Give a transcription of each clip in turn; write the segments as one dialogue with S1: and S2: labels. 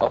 S1: A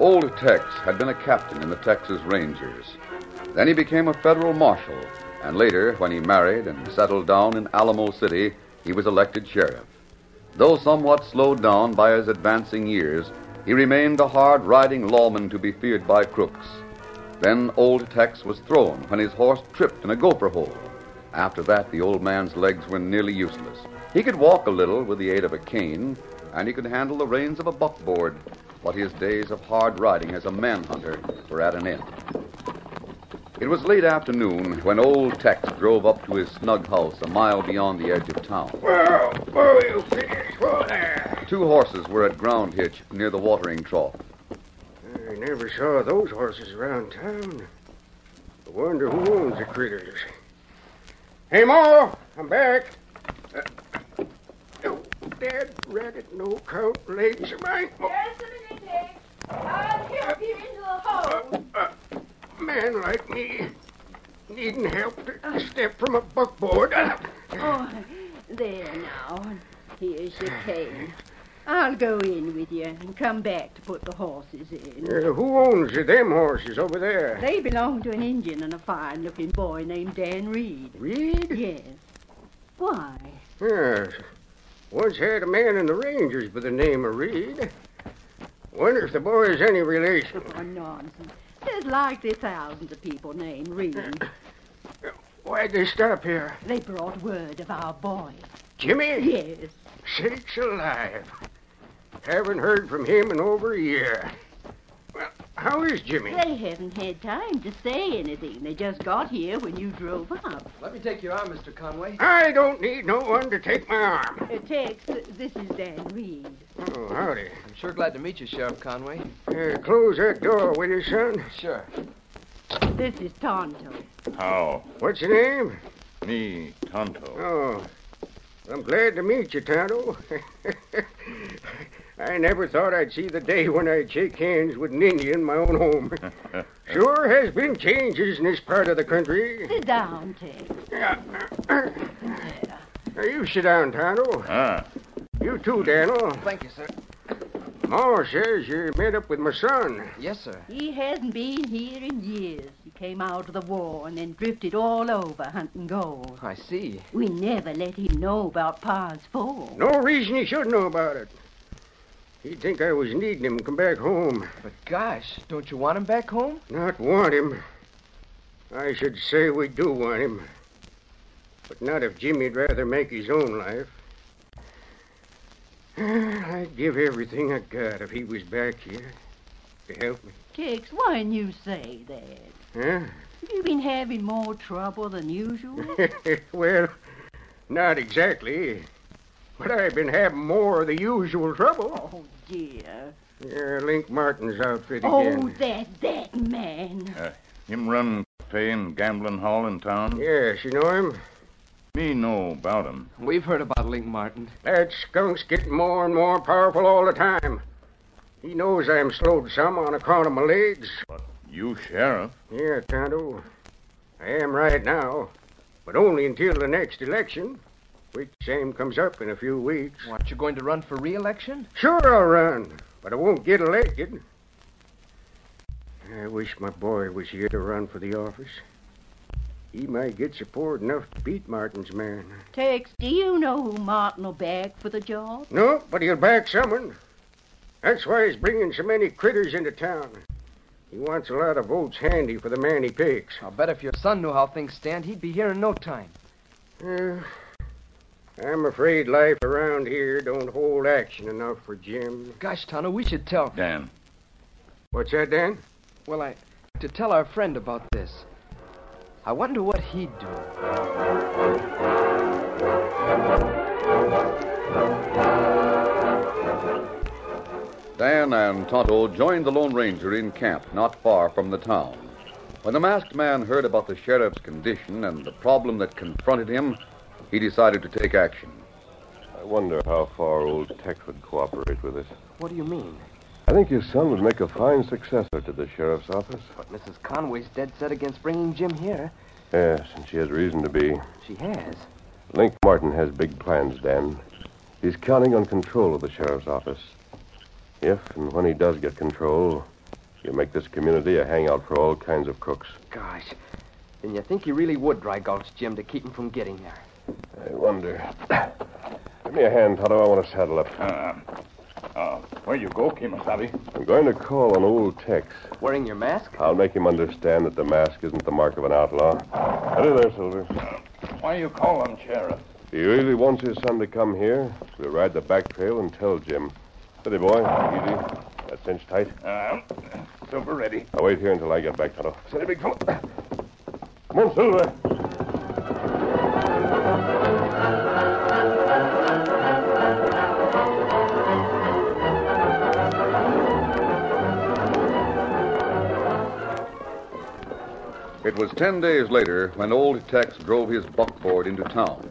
S1: Old Tex had been a captain in the Texas Rangers. Then he became a federal marshal, and later, when he married and settled down in Alamo City, he was elected sheriff. Though somewhat slowed down by his advancing years, he remained a hard riding lawman to be feared by crooks. Then Old Tex was thrown when his horse tripped in a gopher hole. After that, the old man's legs were nearly useless. He could walk a little with the aid of a cane, and he could handle the reins of a buckboard, but his days of hard riding as a manhunter were at an end. It was late afternoon when old Tex drove up to his snug house a mile beyond the edge of town.
S2: Well, where are you finished for there?
S1: Two horses were at ground hitch near the watering trough.
S2: I never saw those horses around town. I wonder who owns the critters. Hey, Ma, I'm back. Uh, oh, that ragged no count legs of mine. Oh,
S3: Just a minute, Dick. I'll help Uh, you into the hole.
S2: a uh, man like me needn't help to step from a buckboard. Uh,
S4: Oh, there now. Here's your cane. I'll go in with you and come back to put the horses in.
S2: who owns them horses over there?
S4: They belong to an Indian and a fine looking boy named Dan Reed.
S2: Reed?
S4: Yes. Why?
S2: Yes. Once had a man in the Rangers by the name of Reed. Wonder if the boy is any relation.
S4: Oh, nonsense. There's likely thousands of people named Reed.
S2: Why'd they stop here?
S4: They brought word of our boy.
S2: Jimmy?
S4: Yes.
S2: Sakes alive. Haven't heard from him in over a year. Well, how is Jimmy?
S4: They haven't had time to say anything. They just got here when you drove up.
S5: Let me take your arm, Mr. Conway.
S2: I don't need no one to take my arm.
S4: Uh, Tex, th- this is Dan Reed.
S2: Oh, howdy.
S5: I'm sure glad to meet you, Sheriff Conway.
S2: Uh, close that door, will you, son?
S5: Sure.
S4: This is Tonto.
S2: What's your name?
S6: Me, Tonto.
S2: Oh, I'm glad to meet you, Tonto. I never thought I'd see the day when I'd shake hands with an Indian in my own home. sure has been changes in this part of the country.
S4: Sit down, Tex.
S2: Now, you sit down, Tonto.
S6: Ah,
S2: You too, Daniel.
S5: Thank you, sir.
S2: Ma says you met up with my son.
S5: Yes, sir.
S4: He hasn't been here in years. He came out of the war and then drifted all over hunting gold.
S5: I see.
S4: We never let him know about Pa's fall.
S2: No reason he should know about it. He'd think I was needing him to come back home.
S5: But gosh, don't you want him back home?
S2: Not want him. I should say we do want him. But not if Jimmy'd rather make his own life. I'd give everything I got if he was back here to help me.
S4: Tex, why didn't you say that?
S2: Huh?
S4: Have you been having more trouble than usual?
S2: well, not exactly. But I've been having more of the usual trouble.
S4: oh, dear.
S2: Yeah, Link Martin's outfit
S4: Oh,
S2: again.
S4: that, that man.
S6: him run cafe and gambling hall in town?
S2: Yes, you know him?
S6: Me know about him.
S5: We've heard about Link Martin.
S2: That skunk's getting more and more powerful all the time. He knows I'm slowed some on account of my legs.
S6: You sheriff?
S2: Yeah, Tonto. I am right now, but only until the next election, which same comes up in a few weeks.
S5: What, you going to run for re-election?
S2: Sure, I'll run, but I won't get elected. I wish my boy was here to run for the office. He might get support enough to beat Martin's man.
S4: Tex, do you know who Martin will back for the job?
S2: No, but he'll back someone. That's why he's bringing so many critters into town. He wants a lot of votes handy for the man he picks.
S5: I'll bet if your son knew how things stand, he'd be here in no time.
S2: Uh, I'm afraid life around here don't hold action enough for Jim.
S5: Gosh, Tonto, we should tell.
S6: Dan.
S2: What's that, Dan?
S5: Well, I to tell our friend about this. I wonder what he'd do.
S1: Dan and Tonto joined the Lone Ranger in camp not far from the town. When the masked man heard about the sheriff's condition and the problem that confronted him, he decided to take action.
S7: I wonder how far old Tex would cooperate with us.
S5: What do you mean?
S7: I think his son would make a fine successor to the sheriff's office.
S5: But Mrs. Conway's dead set against bringing Jim here.
S7: Yes, and she has reason to be.
S5: She has.
S7: Link Martin has big plans, Dan. He's counting on control of the sheriff's office. If and when he does get control, he'll make this community a hangout for all kinds of crooks.
S5: Gosh. Then you think he really would dry gulch Jim to keep him from getting there.
S7: I wonder. Give me a hand, Toto. I want to saddle up.
S6: Uh, uh, where you go, Kimasabi?
S7: I'm going to call on old Tex.
S5: Wearing your mask?
S7: I'll make him understand that the mask isn't the mark of an outlaw. Hello there, Silver.
S6: Why you call him sheriff?
S7: He really wants his son to come here. We'll ride the back trail and tell Jim. Steady, boy. Easy. That cinch tight.
S6: Uh, Silver ready.
S7: Now wait here until I get back, Toto.
S6: Steady, big fellow.
S7: Come on, Silver.
S1: It was ten days later when old Tex drove his buckboard into town.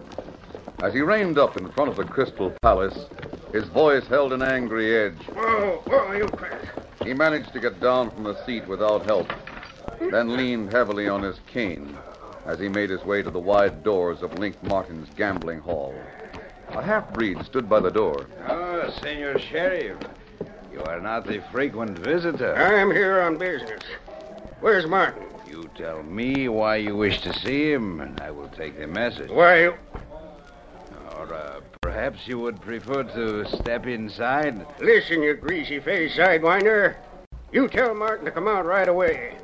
S1: As he reined up in front of the Crystal Palace, his voice held an angry edge.
S2: Whoa, whoa, you fast.
S1: He managed to get down from the seat without help, then leaned heavily on his cane as he made his way to the wide doors of Link Martin's gambling hall. A half breed stood by the door.
S8: Oh, Senor Sheriff, you are not a frequent visitor.
S2: I'm here on business. Where's Martin?
S8: You tell me why you wish to see him, and I will take the message.
S2: Why,
S8: Or uh, perhaps you would prefer to step inside.
S2: listen, you greasy faced sidewinder. You tell Martin to come out right away,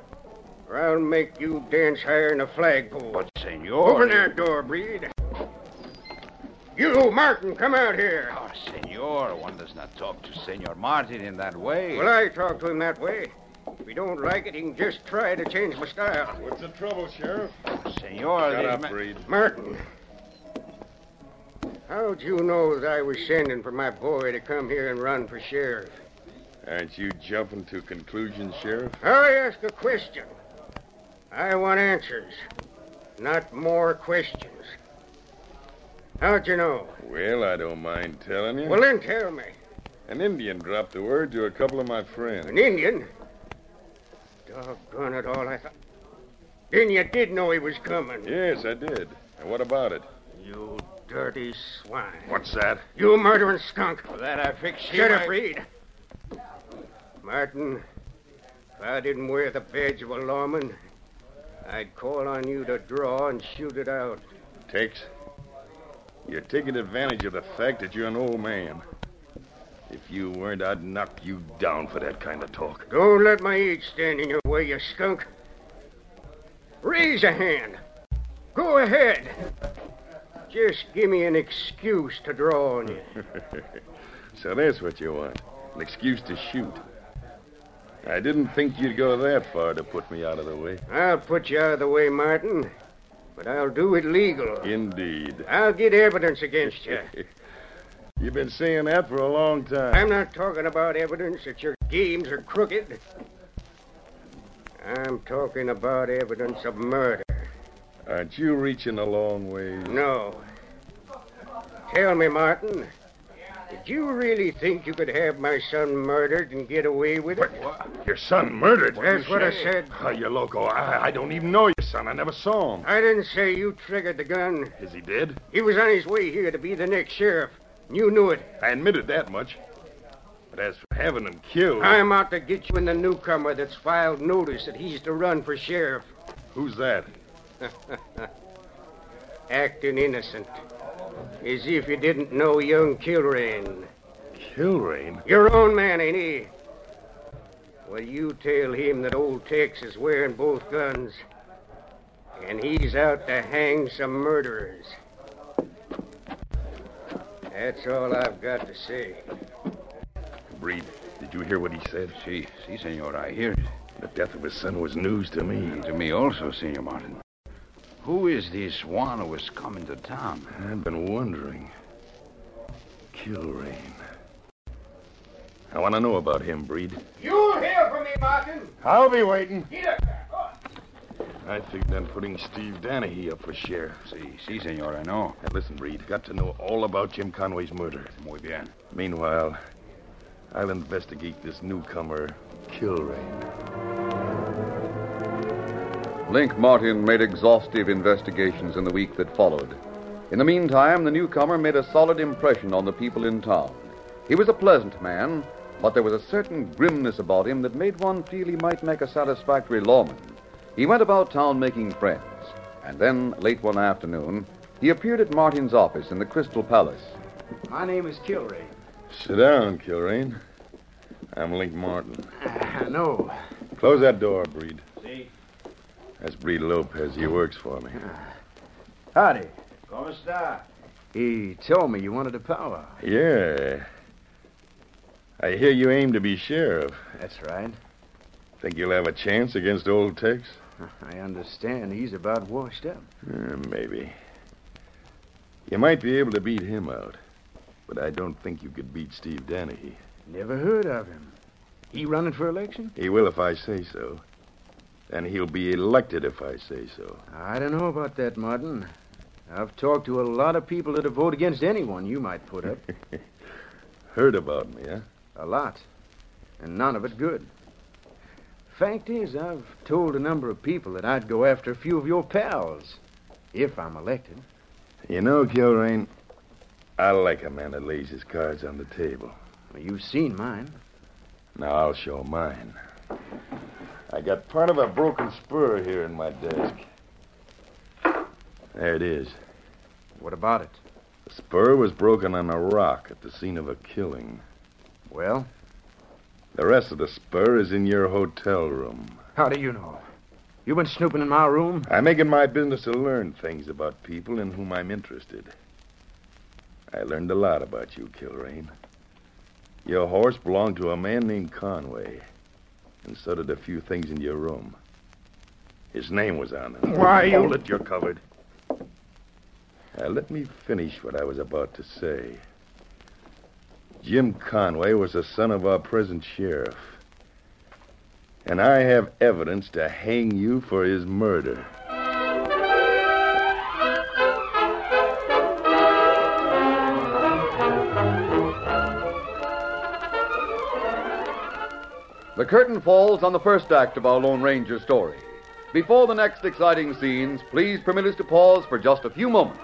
S2: or I'll make you dance higher than a flagpole.
S8: But, Senor.
S2: Open that door, Breed. You, Martin, come out here.
S8: Oh, Senor, one does not talk to Senor Martin in that way.
S2: Well, I talk to him that way. If he don't like it, he can just try to change my style.
S6: What's the trouble, Sheriff?
S9: uh,
S8: Senor, these men-
S6: Reed.
S2: Martin. How'd you know that I was sending for my boy to come here and run for sheriff?
S6: Aren't you jumping to conclusions, Sheriff?
S2: I ask a question. I want answers. Not more questions. How'd you know?
S9: Well, I don't mind telling you.
S2: Well, then tell me.
S9: An Indian dropped the word to a couple of my friends.
S2: An Indian? Doggone it all, I thought. Then you did know he was coming.
S9: Yes, I did. And what about it?
S2: You dirty swine.
S9: What's that?
S2: You murdering skunk.
S8: For that I fix you.
S2: Shut up,
S8: I-
S2: Reed. Martin, if I didn't wear the badge of a lawman, I'd call on you to draw and shoot it out.
S9: Tex, you're taking advantage of the fact that you're an old man. If you weren't, I'd knock you down for that kind of talk.
S2: Don't let my age stand in your way, you skunk. Raise a hand. Go ahead. Just give me an excuse to draw on you.
S9: so that's what you want an excuse to shoot. I didn't think you'd go that far to put me out of the way.
S2: I'll put you out of the way, Martin, but I'll do it legal.
S9: Indeed.
S2: I'll get evidence against you.
S9: You've been saying that for a long time.
S2: I'm not talking about evidence that your games are crooked. I'm talking about evidence of murder.
S9: Aren't you reaching a long way?
S2: No. Tell me, Martin, did you really think you could have my son murdered and get away with it?
S9: Your son murdered?
S2: That's what I said.
S9: Oh, you loco. I, I don't even know your son. I never saw him.
S2: I didn't say you triggered the gun.
S9: Is he dead?
S2: He was on his way here to be the next sheriff. and You knew it.
S9: I admitted that much. But as for having him killed,
S2: I'm out to get you and the newcomer that's filed notice that he's to run for sheriff.
S9: who's that?
S2: Acting innocent. As if you didn't know young Kilrain.
S9: Kilrain?
S2: Your own man, ain't he? Well, you tell him that old Tex is wearing both guns. And he's out to hang some murderers. That's all I've got to say.
S9: Reed, did you hear what he said?
S8: Si, si, senor, I hear it.
S9: The death of his son was news to me.
S8: And to me also, Senor Martin. Who is this one who is coming to town?
S9: I've been wondering. Kilrain. I want to know about him, Breed.
S2: You'll hear from me, Martin.
S9: I'll be waiting.
S2: Get up.
S9: I figured on putting Steve Danahy up for sheriff.
S8: Si, si, senor, I know.
S9: Now, listen, Reed. Got to know all about Jim Conway's murder.
S8: Muy bien.
S9: Meanwhile, I'll investigate this newcomer, Kilrain.
S1: Link Martin made exhaustive investigations in the week that followed. In the meantime, the newcomer made a solid impression on the people in town. He was a pleasant man, but there was a certain grimness about him that made one feel he might make a satisfactory lawman. He went about town making friends, and then, late one afternoon, he appeared at Martin's office in the Crystal Palace.
S5: My name is Kilray.
S9: Sit down, Kilrain. I'm Link Martin.
S5: I know.
S9: Close that door, Breed.
S8: Si.
S9: That's Breed Lopez. He works for me.
S5: Howdy.
S8: Como esta?
S5: He told me you wanted a power.
S9: Yeah. I hear you aim to be sheriff.
S5: That's right.
S9: Think you'll have a chance against old Tex?
S5: I understand he's about washed up.
S9: Eh, maybe. You might be able to beat him out, but I don't think you could beat Steve Danahy.
S5: Never heard of him. He running for election?
S9: He will if I say so. And he'll be elected if I say so.
S5: I don't know about that, Martin. I've talked to a lot of people that vote against anyone you might put up.
S9: Heard about me, huh?
S5: a lot. And none of it good. Fact is, I've told a number of people that I'd go after a few of your pals. If I'm elected.
S9: You know, Kilrain, I like a man that lays his cards on the table.
S5: Well, you've seen mine.
S9: Now I'll show mine. I got part of a broken spur here in my desk. There it is.
S5: What about it?
S9: The spur was broken on a rock at the scene of a killing.
S5: Well,
S9: The rest of the spur is in your hotel room.
S5: how do you know? You been snooping in my room?
S9: I make it my business to learn things about people in whom I'm interested. I learned a lot about you, Kilrain. Your horse belonged to a man named Conway, and so did a few things in your room. His name was on it.
S5: Why, you-
S9: Hold it, you're covered. Now, let me finish what I was about to say. Jim Conway was the son of our present sheriff, and I have evidence to hang you for his murder.
S1: The curtain falls on the first act of our Lone Ranger story. Before the next exciting scenes, please permit us to pause for just a few moments.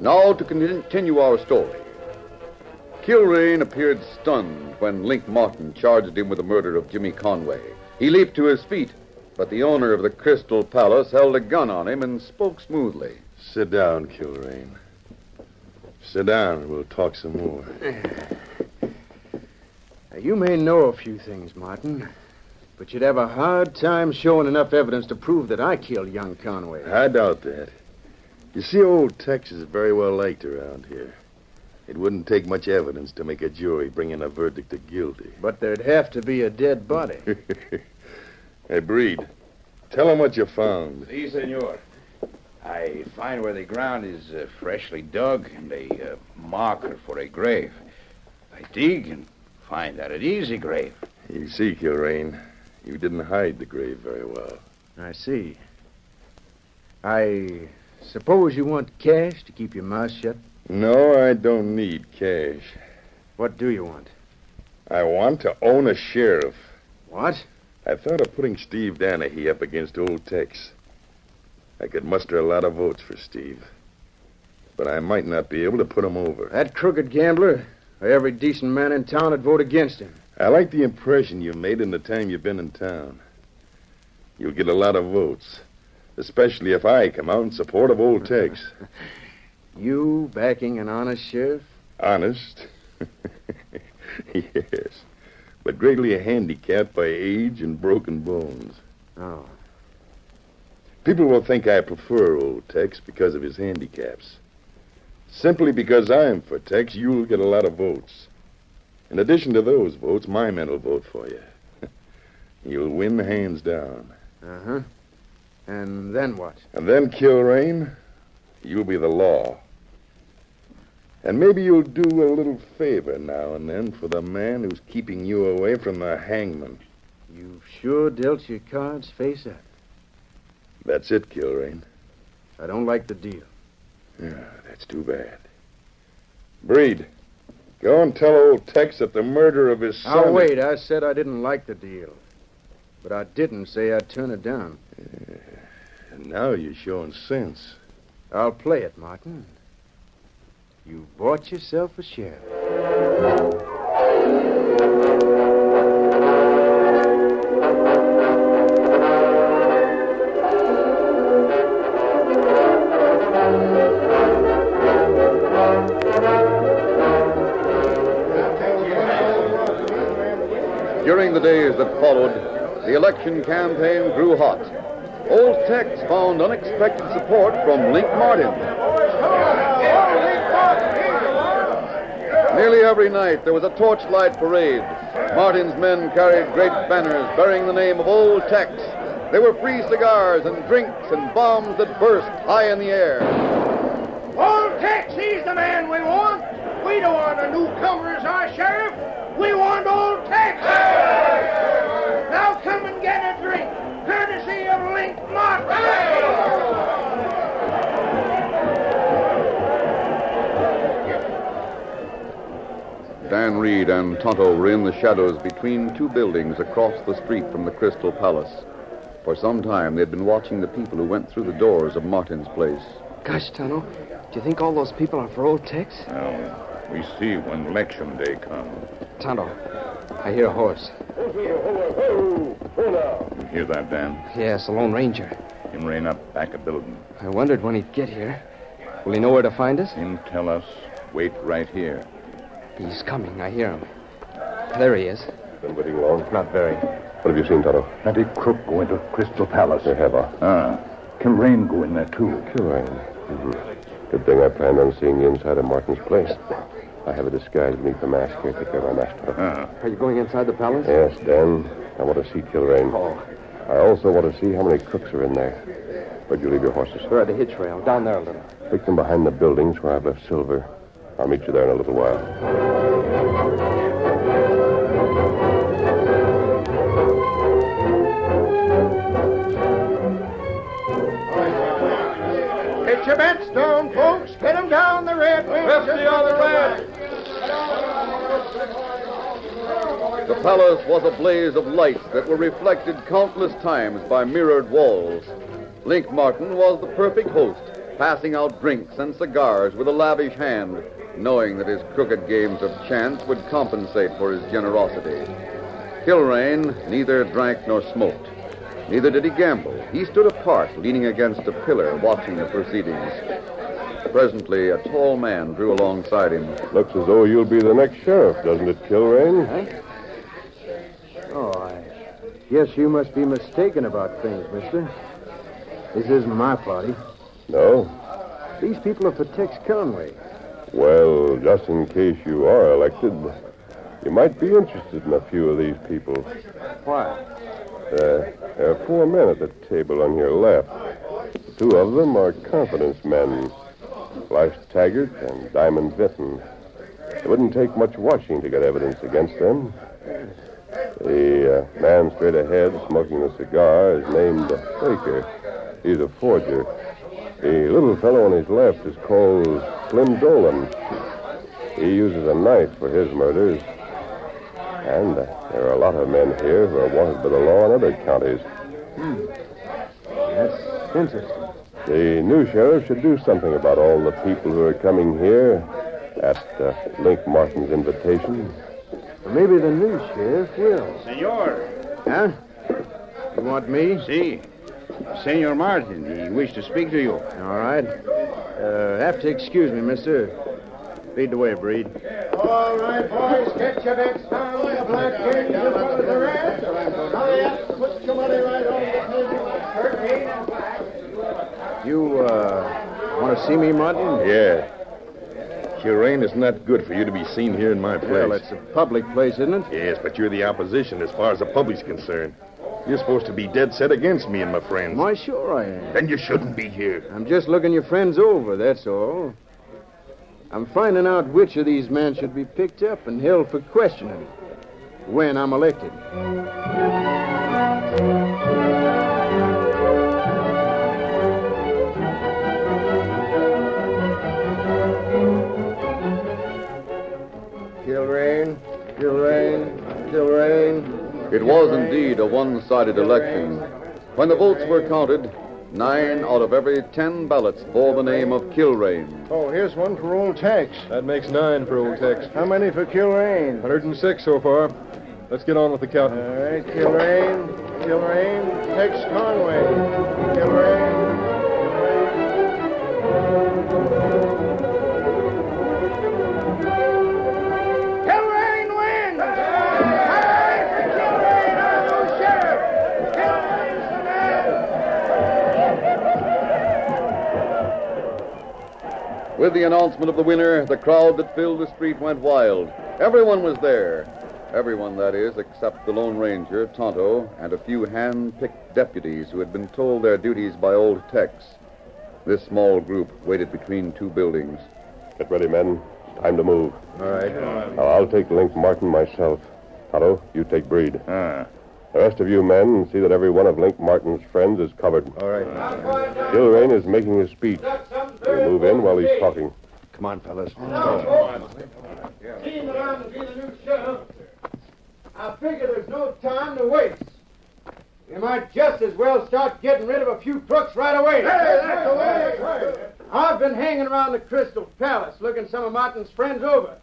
S1: Now to continue our story. Kilrain appeared stunned when Link Martin charged him with the murder of Jimmy Conway. He leaped to his feet, but the owner of the Crystal Palace held a gun on him and spoke smoothly.
S7: Sit down, Kilrain. Sit down and we'll talk some more.
S2: Now, you may know a few things, Martin, but you'd have a hard time showing enough evidence to prove that I killed young Conway.
S7: I doubt that. You see, old Tex is very well liked around here. It wouldn't take much evidence to make a jury bring in a verdict of guilty.
S2: But there'd have to be a dead body.
S7: hey, Breed, tell him what you found.
S10: Si, senor. I find where the ground is uh, freshly dug and a uh, marker for a grave. I dig and find that it is a grave.
S7: You see, Kilrain, you didn't hide the grave very well.
S2: I see. I suppose you want cash to keep your mouth shut?
S7: No, I don't need cash.
S2: What do you want?
S7: I want to own a sheriff.
S2: What?
S7: I thought of putting Steve Danahy up against old Tex. I could muster a lot of votes for Steve. But I might not be able to put him over.
S2: That crooked gambler? Every decent man in town would vote against him.
S7: I like the impression you made in the time you've been in town. You'll get a lot of votes, especially if I come out in support of old Tex.
S2: You backing an honest sheriff?
S7: Honest? yes. But greatly handicapped by age and broken bones.
S2: Oh.
S7: People will think I prefer old Tex because of his handicaps. Simply because I'm for Tex, you'll get a lot of votes. In addition to those votes, my men will vote for you. you'll win hands down.
S2: Uh huh. And then what?
S7: Uh-huh. And then, Kilrain, you'll be the law. And maybe you'll do a little favor now and then for the man who's keeping you away from the hangman.
S2: You've sure dealt your cards face up.
S7: That's it, Kilrain.
S2: I don't like the deal.
S7: Yeah, that's too bad. Breed, go and tell old Tex that the murder of his son.
S2: Now, Oh, wait. I said I didn't like the deal. But I didn't say I'd turn it down.
S7: And Uh, now you're showing sense.
S2: I'll play it, Martin. You bought yourself a sheriff.
S1: During the days that followed, the election campaign grew hot. Old Tex found unexpected support from Link Martin. Nearly every night there was a torchlight parade. Martin's men carried great banners bearing the name of Old Tex. There were free cigars and drinks and bombs that burst high in the air.
S11: Old Tex, he's the man we want. We don't want a newcomer as our sheriff. We want old Tex. Now come and get a drink, courtesy of Link Martin.
S1: Dan Reed and Tonto were in the shadows between two buildings across the street from the Crystal Palace. For some time, they'd been watching the people who went through the doors of Martin's place.
S5: Gosh, Tonto, do you think all those people are for old Tex?
S12: Now, we see when election day comes.
S5: Tonto, I hear a horse.
S13: Horses,
S6: Hear that, Dan?
S14: Yes, the Lone Ranger.
S6: Him rein up back a building.
S14: I wondered when he'd get here. Will he know where to find us?
S6: Him tell us. Wait right here.
S14: He's coming. I hear him. There he is.
S7: Been waiting long?
S14: Not very.
S7: What have you seen, Toto?
S15: Plenty crook go into Crystal Palace.
S7: They have, uh.
S15: Ah. Kilrain go in there, too.
S7: Kilrain. Mm-hmm. Good thing I planned on seeing the inside of Martin's place. I have a disguise beneath the mask here. Take care of my mask, Toto.
S14: Uh. Are you going inside the palace?
S7: Yes, Dan. I want to see Kilrain.
S14: Oh.
S7: I also want to see how many crooks are in there. Where'd you leave your horses?
S14: They're at the hitch rail, down there a little.
S7: Take them behind the buildings where I've left Silver. I'll meet you there in a little while.
S2: Get your bets down, folks. Get them down the red wing.
S1: Lift the other red. The palace was a blaze of lights that were reflected countless times by mirrored walls. Link Martin was the perfect host, passing out drinks and cigars with a lavish hand, knowing that his crooked games of chance would compensate for his generosity. Kilrain neither drank nor smoked. Neither did he gamble. He stood apart, leaning against a pillar, watching the proceedings. Presently, a tall man drew alongside him.
S7: Looks as though you'll be the next sheriff, doesn't it, Kilrain?
S5: Huh? Oh, I guess you must be mistaken about things, mister. This isn't my party.
S7: No?
S5: These people are for Tex Conway.
S7: Well, just in case you are elected, you might be interested in a few of these people.
S5: Why?
S7: Uh, there are four men at the table on your left. Two of them are confidence men, Blythe Taggart and Diamond Vinton. It wouldn't take much washing to get evidence against them. The uh, man straight ahead smoking a cigar is named Baker. He's a forger. The little fellow on his left is called Slim Dolan. He uses a knife for his murders. And uh, there are a lot of men here who are wanted by the law in other counties.
S5: Hmm. That's interesting.
S7: The new sheriff should do something about all the people who are coming here at uh, Link Martin's invitation.
S5: Well, maybe the new sheriff will.
S8: Senor.
S5: Huh? You want me?
S8: See. Si. Senor Martin, he wishes to speak to you.
S5: All right. Uh, have to excuse me, mister. Lead the way, Breed.
S2: All right, boys, get your bets down the black kings in front of the red. Hurry up, put your money right on the table. black.
S5: You, uh, want to see me, Martin?
S9: Yeah. Curane, it's not good for you to be seen here in my place.
S5: Well, it's a public place, isn't it?
S9: Yes, but you're the opposition as far as the public's concerned. You're supposed to be dead set against me and my friends.
S5: Why, sure I am.
S9: Then you shouldn't be here.
S5: I'm just looking your friends over, that's all. I'm finding out which of these men should be picked up and held for questioning when I'm elected.
S2: Kilrain, Kilrain, Kilrain.
S1: It was indeed a one sided election. When the votes were counted, Nine out of every ten ballots bore the name of Kilrain.
S2: Oh, here's one for old Tex.
S16: That makes nine for old Tex.
S2: How many for Kilrain?
S16: 106 so far. Let's get on with the counting.
S2: All right, Kilrain, Kilrain, Tex Conway, Kilrain.
S11: Kilrain wins! Hooray for Kilrain, our new sheriff! Kilrain's the man!
S1: With the announcement of the winner, the crowd that filled the street went wild. Everyone was there. Everyone, that is, except the Lone Ranger, Tonto, and a few hand picked deputies who had been told their duties by old Tex. This small group waited between two buildings.
S7: Get ready, men. It's time to move.
S9: All right.
S7: Now, I'll take Link Martin myself. Tonto, you take Breed.
S9: Ah.
S7: The rest of you men see that every one of Link Martin's friends is covered.
S9: All right.
S7: Kilrain is making his speech. You move in while he's talking.
S5: Come on, fellas.
S2: Now, folks, seeing that I'm to be the new sheriff, I figure there's no time to waste. We might just as well start getting rid of a few crooks right away.
S11: that's the way.
S2: I've been hanging around the Crystal Palace looking some of Martin's friends over.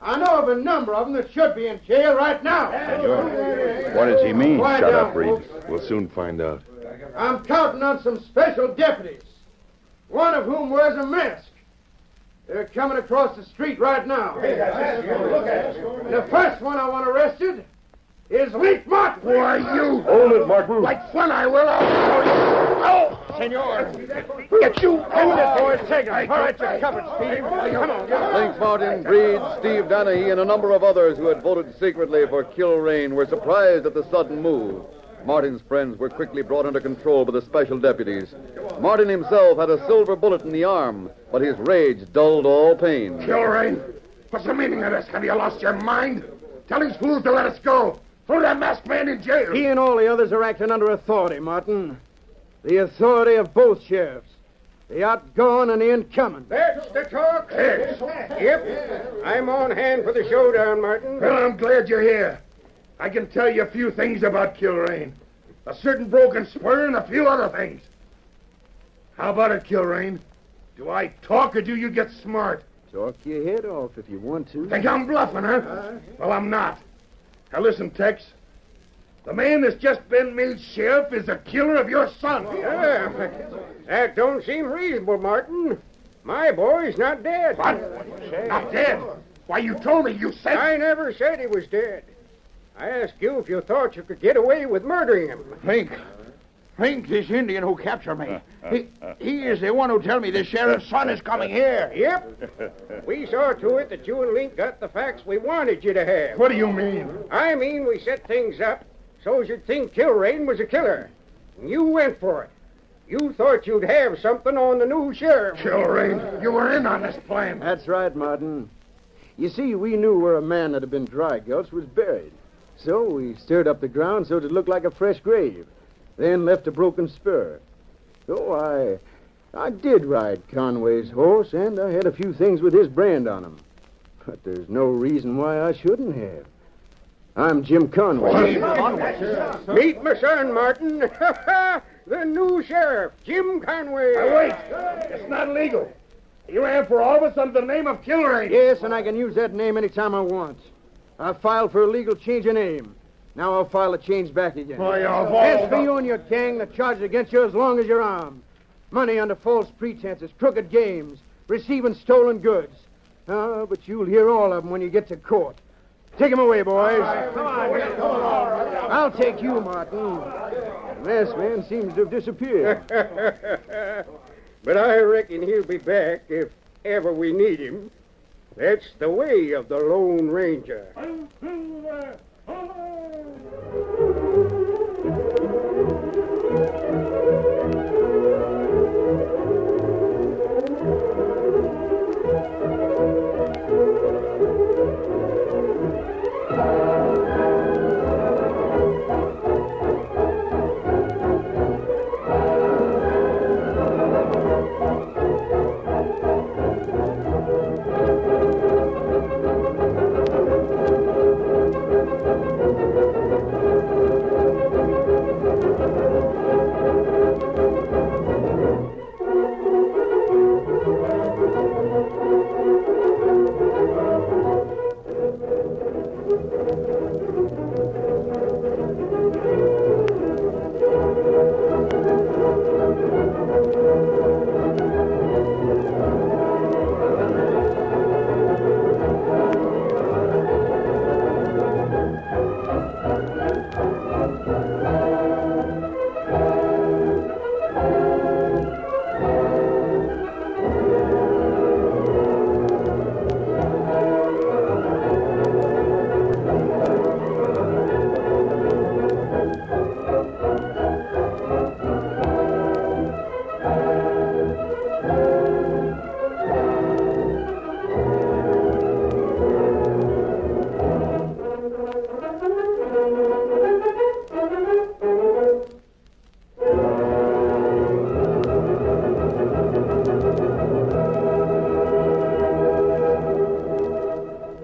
S2: I know of a number of them that should be in jail right now.
S17: Senor,
S18: what does he mean?
S2: Quiet
S17: Shut
S2: down,
S17: up, Reed.
S2: folks.
S17: We'll soon find out.
S2: I'm counting on some special deputies, one of whom wears a mask. They're coming across the street right now. The first one I want arrested is Leaf Martin. Why, you...
S19: Hold it, Martin.
S2: Like fun, I will. I'll Oh, senor. Get you. Hold it, boys. Take him. All right, you're covered, Steve. Come on, get him.
S1: Link Martin, Reed, Steve Donahue, and a number of others who had voted secretly for Kilrain were surprised at the sudden move. Martin's friends were quickly brought under control by the special deputies. Martin himself had a silver bullet in the arm, but his rage dulled all pain.
S9: Kilrain, what's the meaning of this? Have you lost your mind? Tell these fools to let us go. Throw that masked man in jail.
S2: He and all the others are acting under authority, Martin. The authority of both sheriffs. The outgoing and the incoming. That's the talk. Yep. I'm on hand for the showdown, Martin.
S9: Well, I'm glad you're here. I can tell you a few things about Kilrain. A certain broken spur and a few other things. How about it, Kilrain? Do I talk or do you get smart?
S20: Talk your head off if you want to.
S9: Think I'm bluffing, huh? well, I'm not. Now listen, Tex. The man that's just been made sheriff is the killer of your son.
S2: Yeah. That don't seem reasonable, Martin. My boy's not dead.
S9: What? Not dead? Why, you told me. You said...
S2: I never said he was dead. I asked you if you thought you could get away with murdering him.
S21: Fink. Fink, this Indian who captured me. He, he is the one who told me the sheriff's son is coming here.
S2: Yep. We saw to it that you and Link got the facts we wanted you to have.
S9: What do you mean?
S2: I mean we set things up so you'd think Kilrain was a killer. And you went for it. You thought you'd have something on the new sheriff.
S9: Kilrain, you were in on this plan.
S20: That's right, Martin. You see, we knew where a man that had been dry gulched was buried. So we stirred up the ground so it looked like a fresh grave, then left a broken spur. So I. I did ride Conway's horse, and I had a few things with his brand on 'em. But there's no reason why I shouldn't have. I'm Jim Conway.
S2: Meet my son, Martin. the new sheriff, Jim Conway.
S9: Now, wait. It's not legal. You ran for office under the name of Kilrain.
S20: Yes, and I can use that name anytime I want. I filed for a legal change of name. Now I'll file a change back again.
S9: Why, of all
S20: As for
S9: the-
S20: you and your gang, the charge is against you as long as you're armed. Money under false pretenses, crooked games, receiving stolen goods. Ah, but you'll hear all of them when you get to court. Take 'em away, boys.
S2: Come on.
S20: I'll take you, Martin. The masked man seems to have disappeared.
S2: but I reckon he'll be back if ever we need him. That's the way of the Lone Ranger.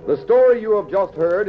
S1: The story you have just heard